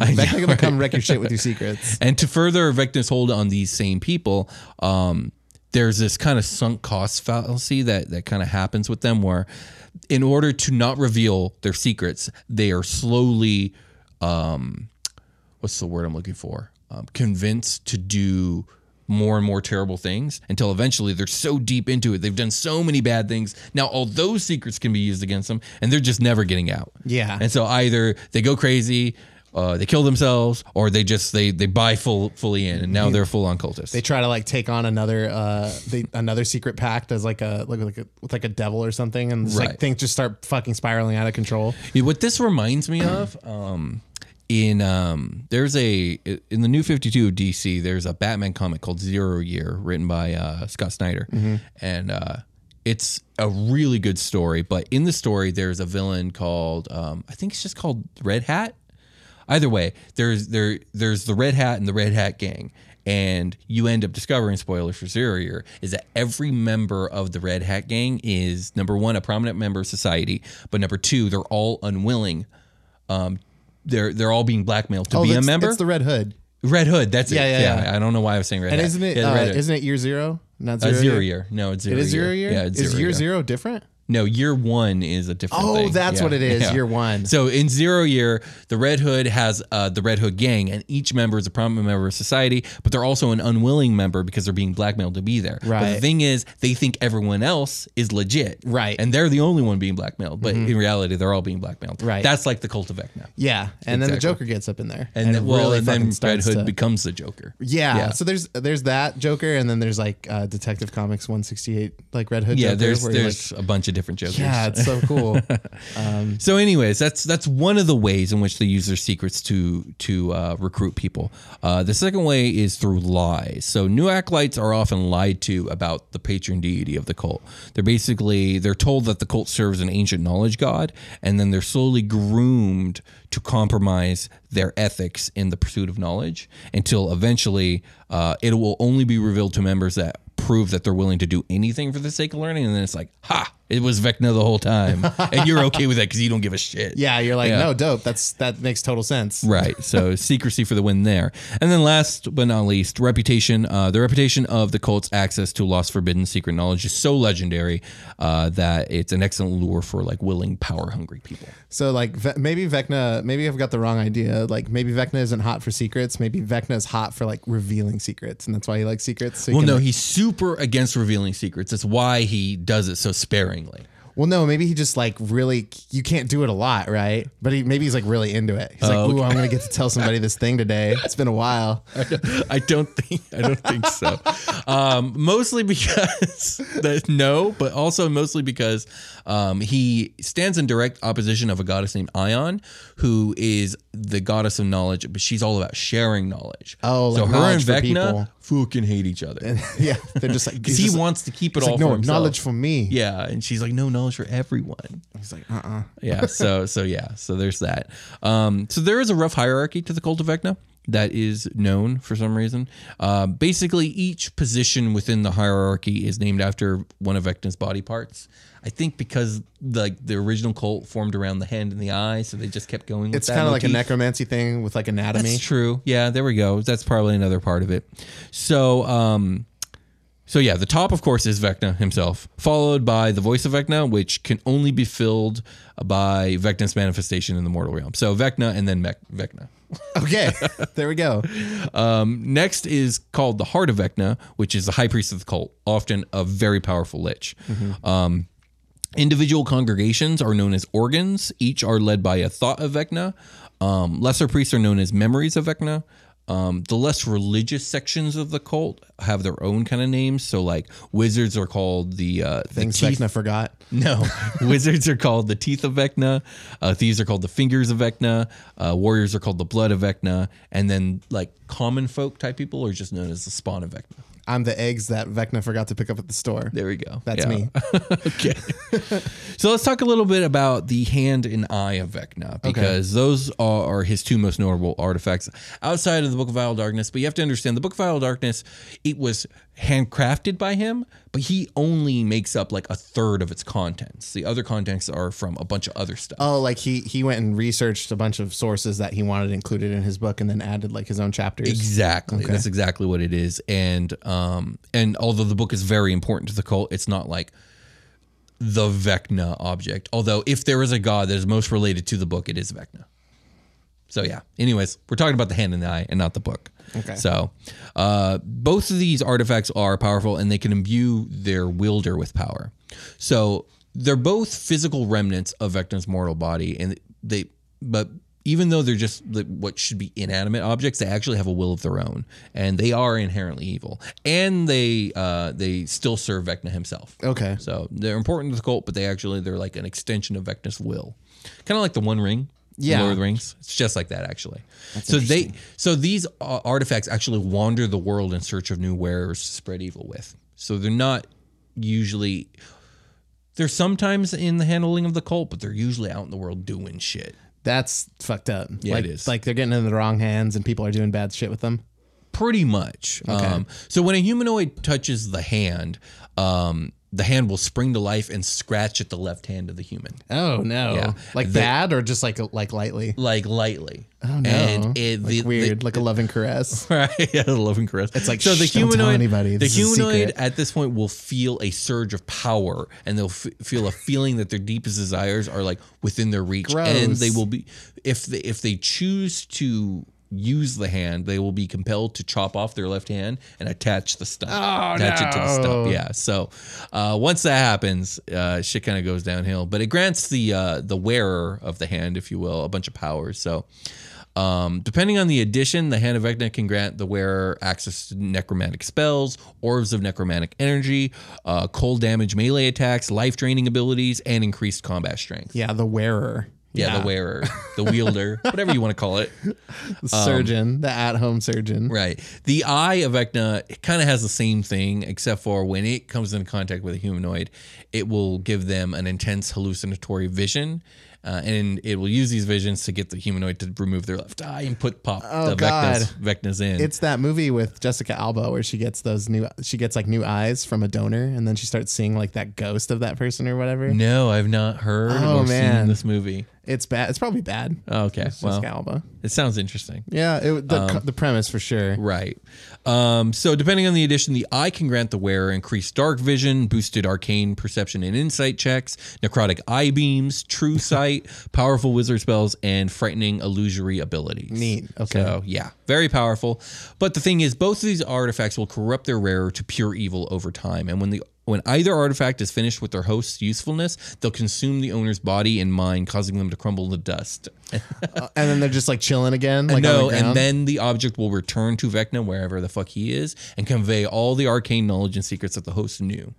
Vecna gonna come wreck your shit with your secrets.
And to further Vecna's hold on these same people, um, there's this kind of sunk cost fallacy that that kind of happens with them, where in order to not reveal their secrets, they are slowly, um, what's the word I'm looking for? Um, convinced to do more and more terrible things until eventually they're so deep into it they've done so many bad things now all those secrets can be used against them and they're just never getting out
Yeah.
and so either they go crazy, uh, they kill themselves, or they just they they buy full fully in, and now they're full on cultists.
They try to like take on another uh they, another secret pact as like a like like a, with like a devil or something, and it's like
Right.
things just start fucking spiraling out of control.
Yeah, what this reminds me of, um, in um, there's a in the New Fifty Two of DC, there's a Batman comic called Zero Year, written by uh, Scott Snyder,
Mhm.
and uh, it's a really good story. But in the story, there's a villain called um, I think it's just called Red Hat. Either way, there's there there's the Red Hat and the Red Hat gang. And you end up discovering, spoilers for Zero Year, is that every member of the Red Hat Gang is number one, a prominent member of society, but number two, they're all unwilling. Um, they're they're all being blackmailed to be a
Oh, that's-
member.
It's the Red Hood,
Red Hood, that's
Yeah,
it.
yeah, yeah.
I don't know why I was saying Red
and
Hat.
isn't it
Yeah, the Red
uh,
Hood.
isn't it year zero? Not
Uh,
zero.
zero year. No, it's zero
It is
year.
zero year.
Yeah, it's
is
zero
year
year.
zero different?
No, year one is a different
Oh,
thing.
that's what it is, year one.
So in zero year, the Red Hood has uh, the Red Hood gang, and each member is a prominent member of society, but they're also an unwilling member because they're being blackmailed to be there. But the
Right.
thing is, they think everyone else is legit.
Right.
And they're the only one being blackmailed, but
Mhm.
in reality, they're all being blackmailed.
Right.
That's like the cult of Vecna.
Yeah, and then the
Exactly.
Joker gets up in there,
And, then,
it
well, and
fucking
then Red
starts
Hood
to-
becomes the Joker.
Yeah. So there's there's that Joker, and then there's like uh, Detective Comics 168, like Red Hood.
yeah,
Joker,
there's
where you're
there's
like-
a bunch of different jokers.
Yeah, it's so cool. Um,
so, anyways, that's that's one of the ways in which they use their secrets to to uh, recruit people. Uh, the second way is through lies. So, new acolytes are often lied to about the patron deity of the cult. They're basically they're told that the cult serves an ancient knowledge god, and then they're slowly groomed to compromise their ethics in the pursuit of knowledge until eventually uh, it will only be revealed to members that prove that they're willing to do anything for the sake of learning and then it's like ha it was vecna the whole time and you're okay with that because you don't give a shit
yeah, you're like,
Yeah.
no, dope. That's that makes total sense.
right so secrecy for the win there and then last but not least reputation uh, the reputation of the cult's access to lost forbidden secret knowledge is so legendary uh, that it's an excellent lure for like willing power hungry people
So like Ve- maybe Vecna, maybe I've got the wrong idea. Like maybe Vecna isn't hot for secrets. Maybe Vecna is hot for like revealing secrets, and that's why he likes secrets. so he
well
can,
no
like-
he's super against revealing secrets that's why he does it so sparingly
Well, no, maybe he just like really you can't do it a lot, right? But he maybe he's like really into it. He's
Oh,
like, ooh,
okay.
I'm gonna get to tell somebody this thing today. It's been a while.
I don't think I don't think so. Um, mostly because that, no, but also mostly because um, he stands in direct opposition of a goddess named Ion, who is the goddess of knowledge, but she's all about sharing knowledge.
Oh,
so
like
her and
knowledge for
Vecna fucking hate each other
yeah, they're just like
because he wants to keep it
It's
all
like, no
for himself.
knowledge for me.
Yeah, and she's like, no knowledge for everyone.
He's like, uh, uh
yeah so so yeah so there's that um so there is a rough hierarchy to the cult of vecna that is known for some reason uh, basically each position within the hierarchy is named after one of vecna's body parts i think because like the original cult formed around the hand and the eye so they just kept going with
It's
that
kind of like a
motif.
necromancy thing with like anatomy.
That's true. Yeah, there we go. That's probably another part of it. So, um, so yeah, the top, of course, is Vecna himself, followed by the voice of Vecna, which can only be filled by Vecna's manifestation in the mortal realm. So Vecna and then Mech- Vecna.
Okay, there we go.
Um, next is called the Heart of Vecna, which is the high priest of the cult, often a very powerful lich.
Mhm.
Um, individual congregations are known as organs. Each are led by a thought of Vecna. Um, lesser priests are known as memories of Vecna. Um, the less religious sections of the cult have their own kind of names. So, like wizards are called the uh,
Things
the teeth-
Vecna forgot.
No, wizards are called the teeth of Vecna. Uh, thieves are called the fingers of Vecna. Uh, warriors are called the blood of Vecna. And then, like common folk type people are just known as the spawn of Vecna.
I'm the eggs that Vecna forgot to pick up at the store.
There we go.
That's
Yeah.
me.
okay. so let's talk a little bit about the hand and eye of Vecna because those are, are his two most notable artifacts outside of the Book of Vile Darkness. But you have to understand the Book of Vile Darkness, it was handcrafted by him, but he only makes up like a third of its contents. The other contents are from a bunch of other stuff.
Oh, like he he went and researched a bunch of sources that he wanted included in his book, and then added like his own chapters.
Exactly.
Okay.
That's exactly what it is. And um and although the book is very important to the cult, it's not like the Vecna object. Although if there is a god that is most related to the book, it is Vecna. So yeah. Anyways, we're talking about the hand and the eye and not the book.
Okay.
So uh both of these artifacts are powerful and they can imbue their wielder with power. So they're both physical remnants of Vecna's mortal body and they but even though they're just the- what should be inanimate objects, they actually have a will of their own, and they are inherently evil. And they uh, they still serve Vecna himself.
Okay.
so they're important to the cult, but they actually they're like an extension of Vecna's will, kind of like the One Ring.
Yeah.
Lord of the Rings. It's just like that, actually. so they, so these uh, artifacts actually wander the world in search of new wearers to spread evil with. So they're not usually. They're sometimes in the handling of the cult, but they're usually out in the world doing shit.
That's fucked up.
Yeah,
like,
it is.
Like they're getting in the wrong hands, and people are doing bad shit with them.
pretty much. Um, so when a humanoid touches the hand, um, the hand will spring to life and scratch at the left hand of the human,
Oh no!
Yeah.
Like
They-
bad, or just like like lightly.
like lightly.
Oh no!
And it,
like
the- the-
weird, like a loving caress.
right? Yeah, the loving caress. It's
like,
so the
"Shh, don't tell
humanoid.
anybody.
The
This is a
humanoid
secret."
at this point will feel a surge of power, and they'll f- feel a feeling that their deepest desires are like within their reach, and
Gross.
they will be if they, if they choose to use the hand, they will be compelled to chop off their left hand and attach the stump,
Oh,
attach it to the stump.
no.
Yeah. So uh, once that happens, uh, shit kind of goes downhill. But it grants the uh, the wearer of the hand, if you will, a bunch of powers. So. Um, depending on the addition, the Hand of Vecna can grant the wearer access to necromantic spells, orbs of necromantic energy, uh, cold damage melee attacks, life draining abilities, and increased combat strength.
Yeah, the wearer.
Yeah, the wearer, the wielder, whatever you want to call it. Um,
the surgeon, the at-home surgeon.
Right. The eye of Vecna kind of has the same thing, except for when it comes into contact with a humanoid, it will give them an intense hallucinatory vision. Uh, and it will use these visions to get the humanoid to remove their left eye and put pop
Oh,
the
God.
Vecna's, Vecna's in.
It's that movie with Jessica Alba where she gets those new she gets like new eyes from a donor and then she starts seeing like that ghost of that person or whatever.
No, I've not heard
Oh,
or seen
man.
this movie. Oh,
It's bad. It's probably bad.
Okay,
It's
well,
Jessica Alba.
it sounds interesting.
Yeah, it, the co- the premise for sure.
Right. Um, so, depending on the edition, the eye can grant the wearer increased dark vision, boosted arcane perception and insight checks, necrotic eye beams, true sight, powerful wizard spells, and frightening illusory abilities.
Neat. Okay.
So, yeah, very powerful. But the thing is, both of these artifacts will corrupt their rarer to pure evil over time. And when the when either artifact is finished with their host's usefulness, they'll consume the owner's body and mind, causing them to crumble to dust.
Uh, And then they're just like chilling again. Like
no,
on the
and
ground?
then the object will return to Vecna wherever the fuck he is and convey all the arcane knowledge and secrets that the host knew.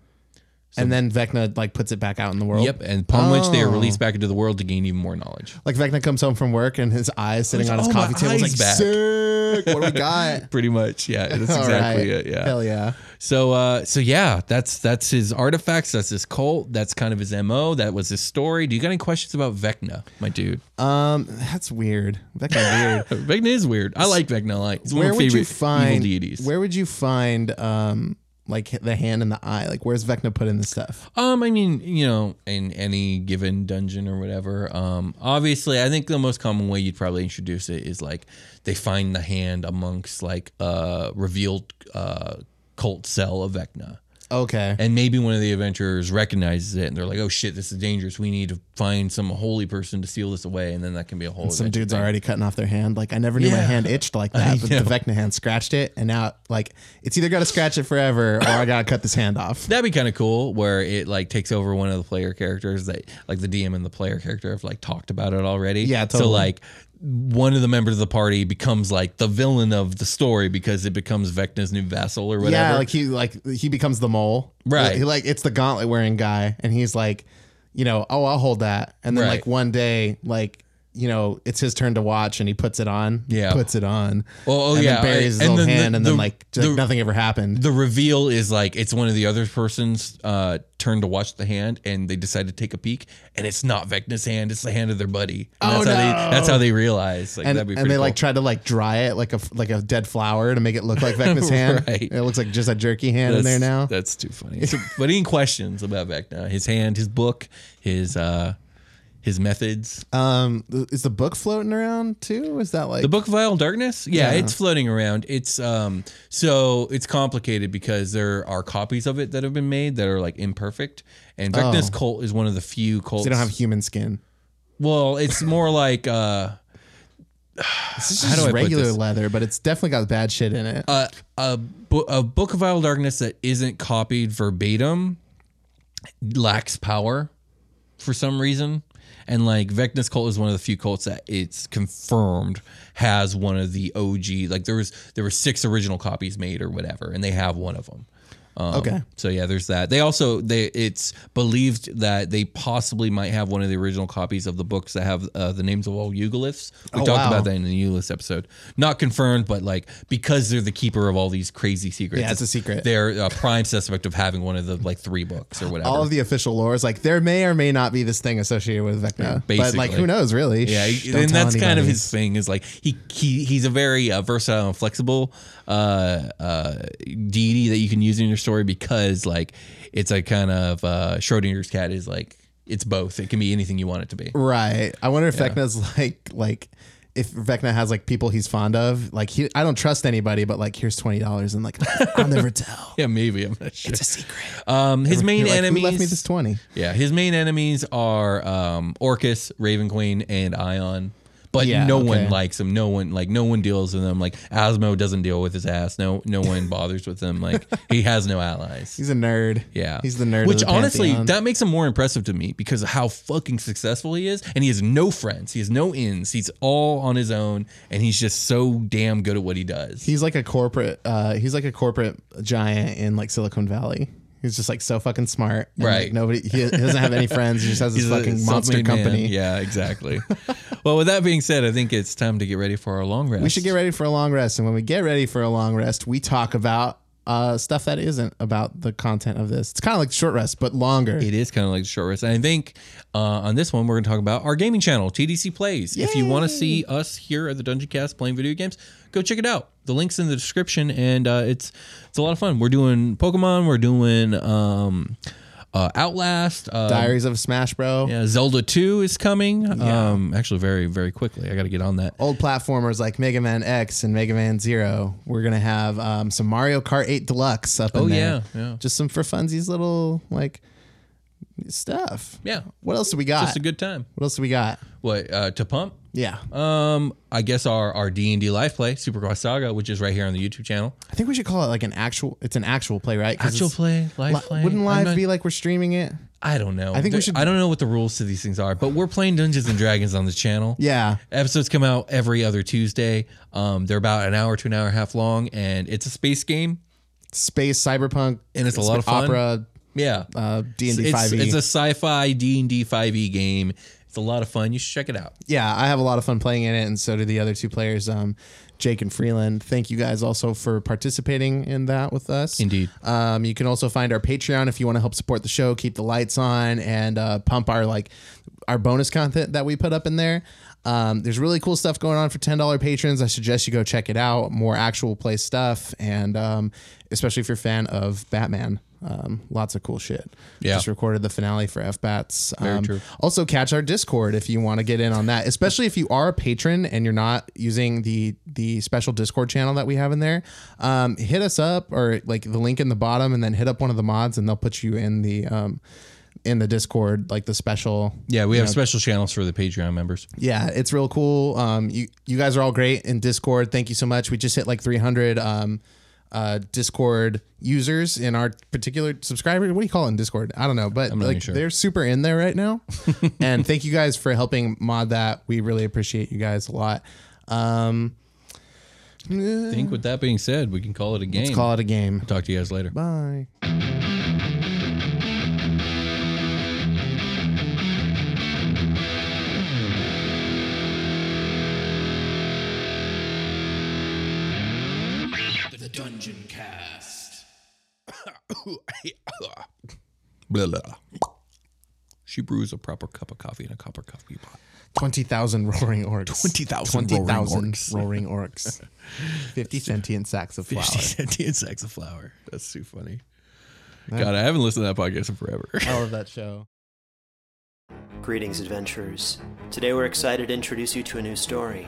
and then Vecna like puts it back out in the world.
Yep, and upon which they are
Oh.
released back into the world to gain even more knowledge.
Like Vecna comes home from work and his eyes sitting on his
Oh, my
coffee table is
eye's
like
back.
sick. What do we got?
Pretty much, yeah, that's
All
exactly it.
right.
Yeah,
Hell yeah.
So uh so yeah, that's that's his artifacts, that's his cult, that's kind of his MO, that was his story. Do you got any questions about Vecna, my dude?
Um, that's weird. Vecna weird.
Vecna is weird. I like Vecna a lot. He's one
where
of my
would
favorite
you find
evil deities.
Where would you find um like the hand and the eye? Like where's Vecna put in the stuff?
Um, I mean, you know, in any given dungeon or whatever. Um, obviously, I think the most common way you'd probably introduce it is like they find the hand amongst like a revealed uh, cult cell of Vecna.
Okay.
And maybe one of the adventurers recognizes it and they're like, oh shit, this is dangerous. We need to find some holy person to seal this away. And then that can be a whole
some
adventure
dude's
thing.
already cutting off their hand. Like I never knew my
Yeah.
hand itched like
I
that, but the
know.
Vecna hand scratched it, and now like it's either gotta scratch it forever or I gotta cut this hand off.
That'd be kind of cool where it like takes over one of the player characters that like the DM and the player character have like talked about it already.
Yeah,
So
totally.
like one of the members of the party becomes like the villain of the story because it becomes Vecna's new vassal or whatever.
Yeah, like he like he becomes the mole.
Right.
He, like it's the gauntlet wearing guy and he's like, you know, oh, I'll hold that. And then
Right.
like one day like you know, it's his turn to watch, and he puts it on.
Yeah.
puts it on.
Oh, oh,
and
yeah.
then buries
And
his little
then the-
hand, and then
the-
like, just,
the-
nothing ever happened.
the reveal is like it's one of the other person's uh, turn to watch the hand, and they decide to take a peek, and it's not Vecna's hand; it's the hand of their buddy. And
Oh,
that's how
no.
they That's how they realize. Like,
and,
that'd be
and they
pretty
like
cool.
tried to like dry it like a like a dead flower to make it look like Vecna's hand.
Right.
It looks like just a jerky hand in
That's-
there now.
That's too funny. So, but any questions about Vecna? His hand, his book, his uh, his methods.
Um, is the book floating around too? Is that like
the book of vile darkness yeah,
Yeah.
it's floating around it's um so it's complicated because there are copies of it that have been made that are like imperfect and Vecna's
Oh.
cult is one of the few cults
They don't have human skin.
well it's more like uh
This is
How
just
do I put
regular
this? Uh,
leather, but it's definitely got bad shit in it.
a, a, bo- a book of vile darkness that isn't copied verbatim lacks power for some reason and like Vecna's cult is one of the few cults that it's confirmed has one of the OG like there was there were six original copies made or whatever and they have one of them um,
Okay.
so yeah there's that they also they it's believed that they possibly might have one of the original copies of the books that have uh, the names of all Ugaliths we
Oh,
talked
wow.
about that in the Ulysses episode not confirmed but like because they're the keeper of all these crazy secrets
Yeah, it's a secret.
they're a prime suspect of having one of the like three books or whatever
All of the official lore is like there may or may not be this thing associated with Vecna, but like
Basically.
who knows really?
Yeah,
Shh,
and
don't tell
that's kind of
anybody.
his thing. Is like he, he he's a very uh, versatile and flexible uh, uh, deity that you can use in your story because like it's a kind of uh, Schrodinger's cat is like it's both. It can be anything you want it to be.
right. I wonder if Vecna's like like if Vecna has like people he's fond of, like he I don't trust anybody, but like here's twenty dollars and like I'll never tell.
Yeah, maybe I'm not sure.
It's a secret.
Um, his main
You're like,
enemies
Who left me this twenty?
Yeah, his main enemies are um, Orcus, Raven Queen, and Ion. But
Yeah,
no
okay.
one likes him. No one like no one deals with him. Like Asmo doesn't deal with his ass. No no one bothers with him. Like he has no allies.
He's a nerd.
Yeah.
He's the nerd.
Which
of the
honestly,
Pantheon.
that makes him more impressive to me because of how fucking successful he is. And he has no friends. He has no ins. He's all on his own. And he's just so damn good at what he does.
He's like a corporate. Uh, he's like a corporate giant in like Silicon Valley. He's just like so fucking smart. and, like,
Right.
nobody. He, he doesn't have any friends. He just has this
He's a
fucking monster
self-made man.
company.
Yeah, exactly. well, with that being said, I think it's time to get ready for our long rest.
We should get ready for a long rest, and when we get ready for a long rest, we talk about uh, stuff that isn't about the content of this. It's kind of like short rest, but longer.
It is kind of like the short rest. And I think uh, on this one, we're going to talk about our gaming channel, TDC Plays. If you want to see us here at the Dungeon Cast playing video games, go check it out. The link's in the description, and uh, it's it's a lot of fun. We're doing Pokemon, we're doing um, uh, Outlast, uh,
Diaries of a Smash Bro.
yeah, Zelda 2 is coming. Um, actually, very, very quickly. I got to get on that.
Old platformers like Mega Man X and Mega Man Zero. We're gonna have um, some Mario Kart 8 Deluxe up in
Oh,
there.
yeah, yeah.
Just some for funsies little like stuff.
Yeah.
What else do we got?
Just a good time.
What else do we got?
What, uh, to pump?
Yeah.
Um, I guess our, our D&D live play, Supercross Saga, which is right here on the YouTube channel.
I think we should call it like an actual. It's an actual play, right? 'Cause
Actual
it's-
play, live
li-
play.
Wouldn't
I'm
live
not-
be like we're streaming it?
I don't know.
I think we
There-
should-
I don't know what the rules to these things are, but we're playing Dungeons and Dragons on this channel.
Yeah.
Episodes come out every other Tuesday. Um, they're about an hour to an hour and a half long, and it's a space game,
Space cyberpunk
and it's a lot of fun.
opera.
Yeah,
Uh, D and D
it's,
five E.
it's a sci-fi D and D five E game. It's a lot of fun. You should check it out.
yeah, I have a lot of fun playing in it, and so do the other two players, um, Jake and Freeland. Thank you guys also for participating in that with us.
Indeed.
Um, you can also find our Patreon if you want to help support the show, keep the lights on, and uh, pump our like our bonus content that we put up in there. Um, there's really cool stuff going on for ten dollar patrons. I suggest you go check it out. More actual play stuff, and um, especially if you're a fan of Batman. Um, lots of cool shit.
Yeah.
Just recorded the finale for F Bats.
Very true.
Also, catch our Discord if you want to get in on that. Especially if you are a patron and you're not using the the special Discord channel that we have in there. Um, hit us up or like the link in the bottom, and then hit up one of the mods, and they'll put you in the um, in the Discord like the special.
Yeah, we
you
have
know,
special channels for the Patreon members.
yeah, it's real cool. Um, you you guys are all great in Discord. Thank you so much. We just hit like 300. Um, uh, Discord users in our particular subscriber. What do you call it in Discord? I don't know, but
not
like
even sure.
they're super in there right now. and thank you guys for helping mod that. We really appreciate you guys a lot. Um,
I think with that being said, we can call it a game.
let's call it a game.
Talk to you guys later.
Bye.
The Dungeon Cast.
Blah, blah. She brews a proper cup of coffee in a copper coffee pot.
20,000 roaring orcs.
20,000 roaring
20,000
orcs.
roaring orcs. 50 sentient sacks of flour.
50 sentient sacks of flour. That's too funny. God, I haven't listened to that podcast in forever.
I love that show.
Greetings, adventurers. Today we're excited to introduce you to a new story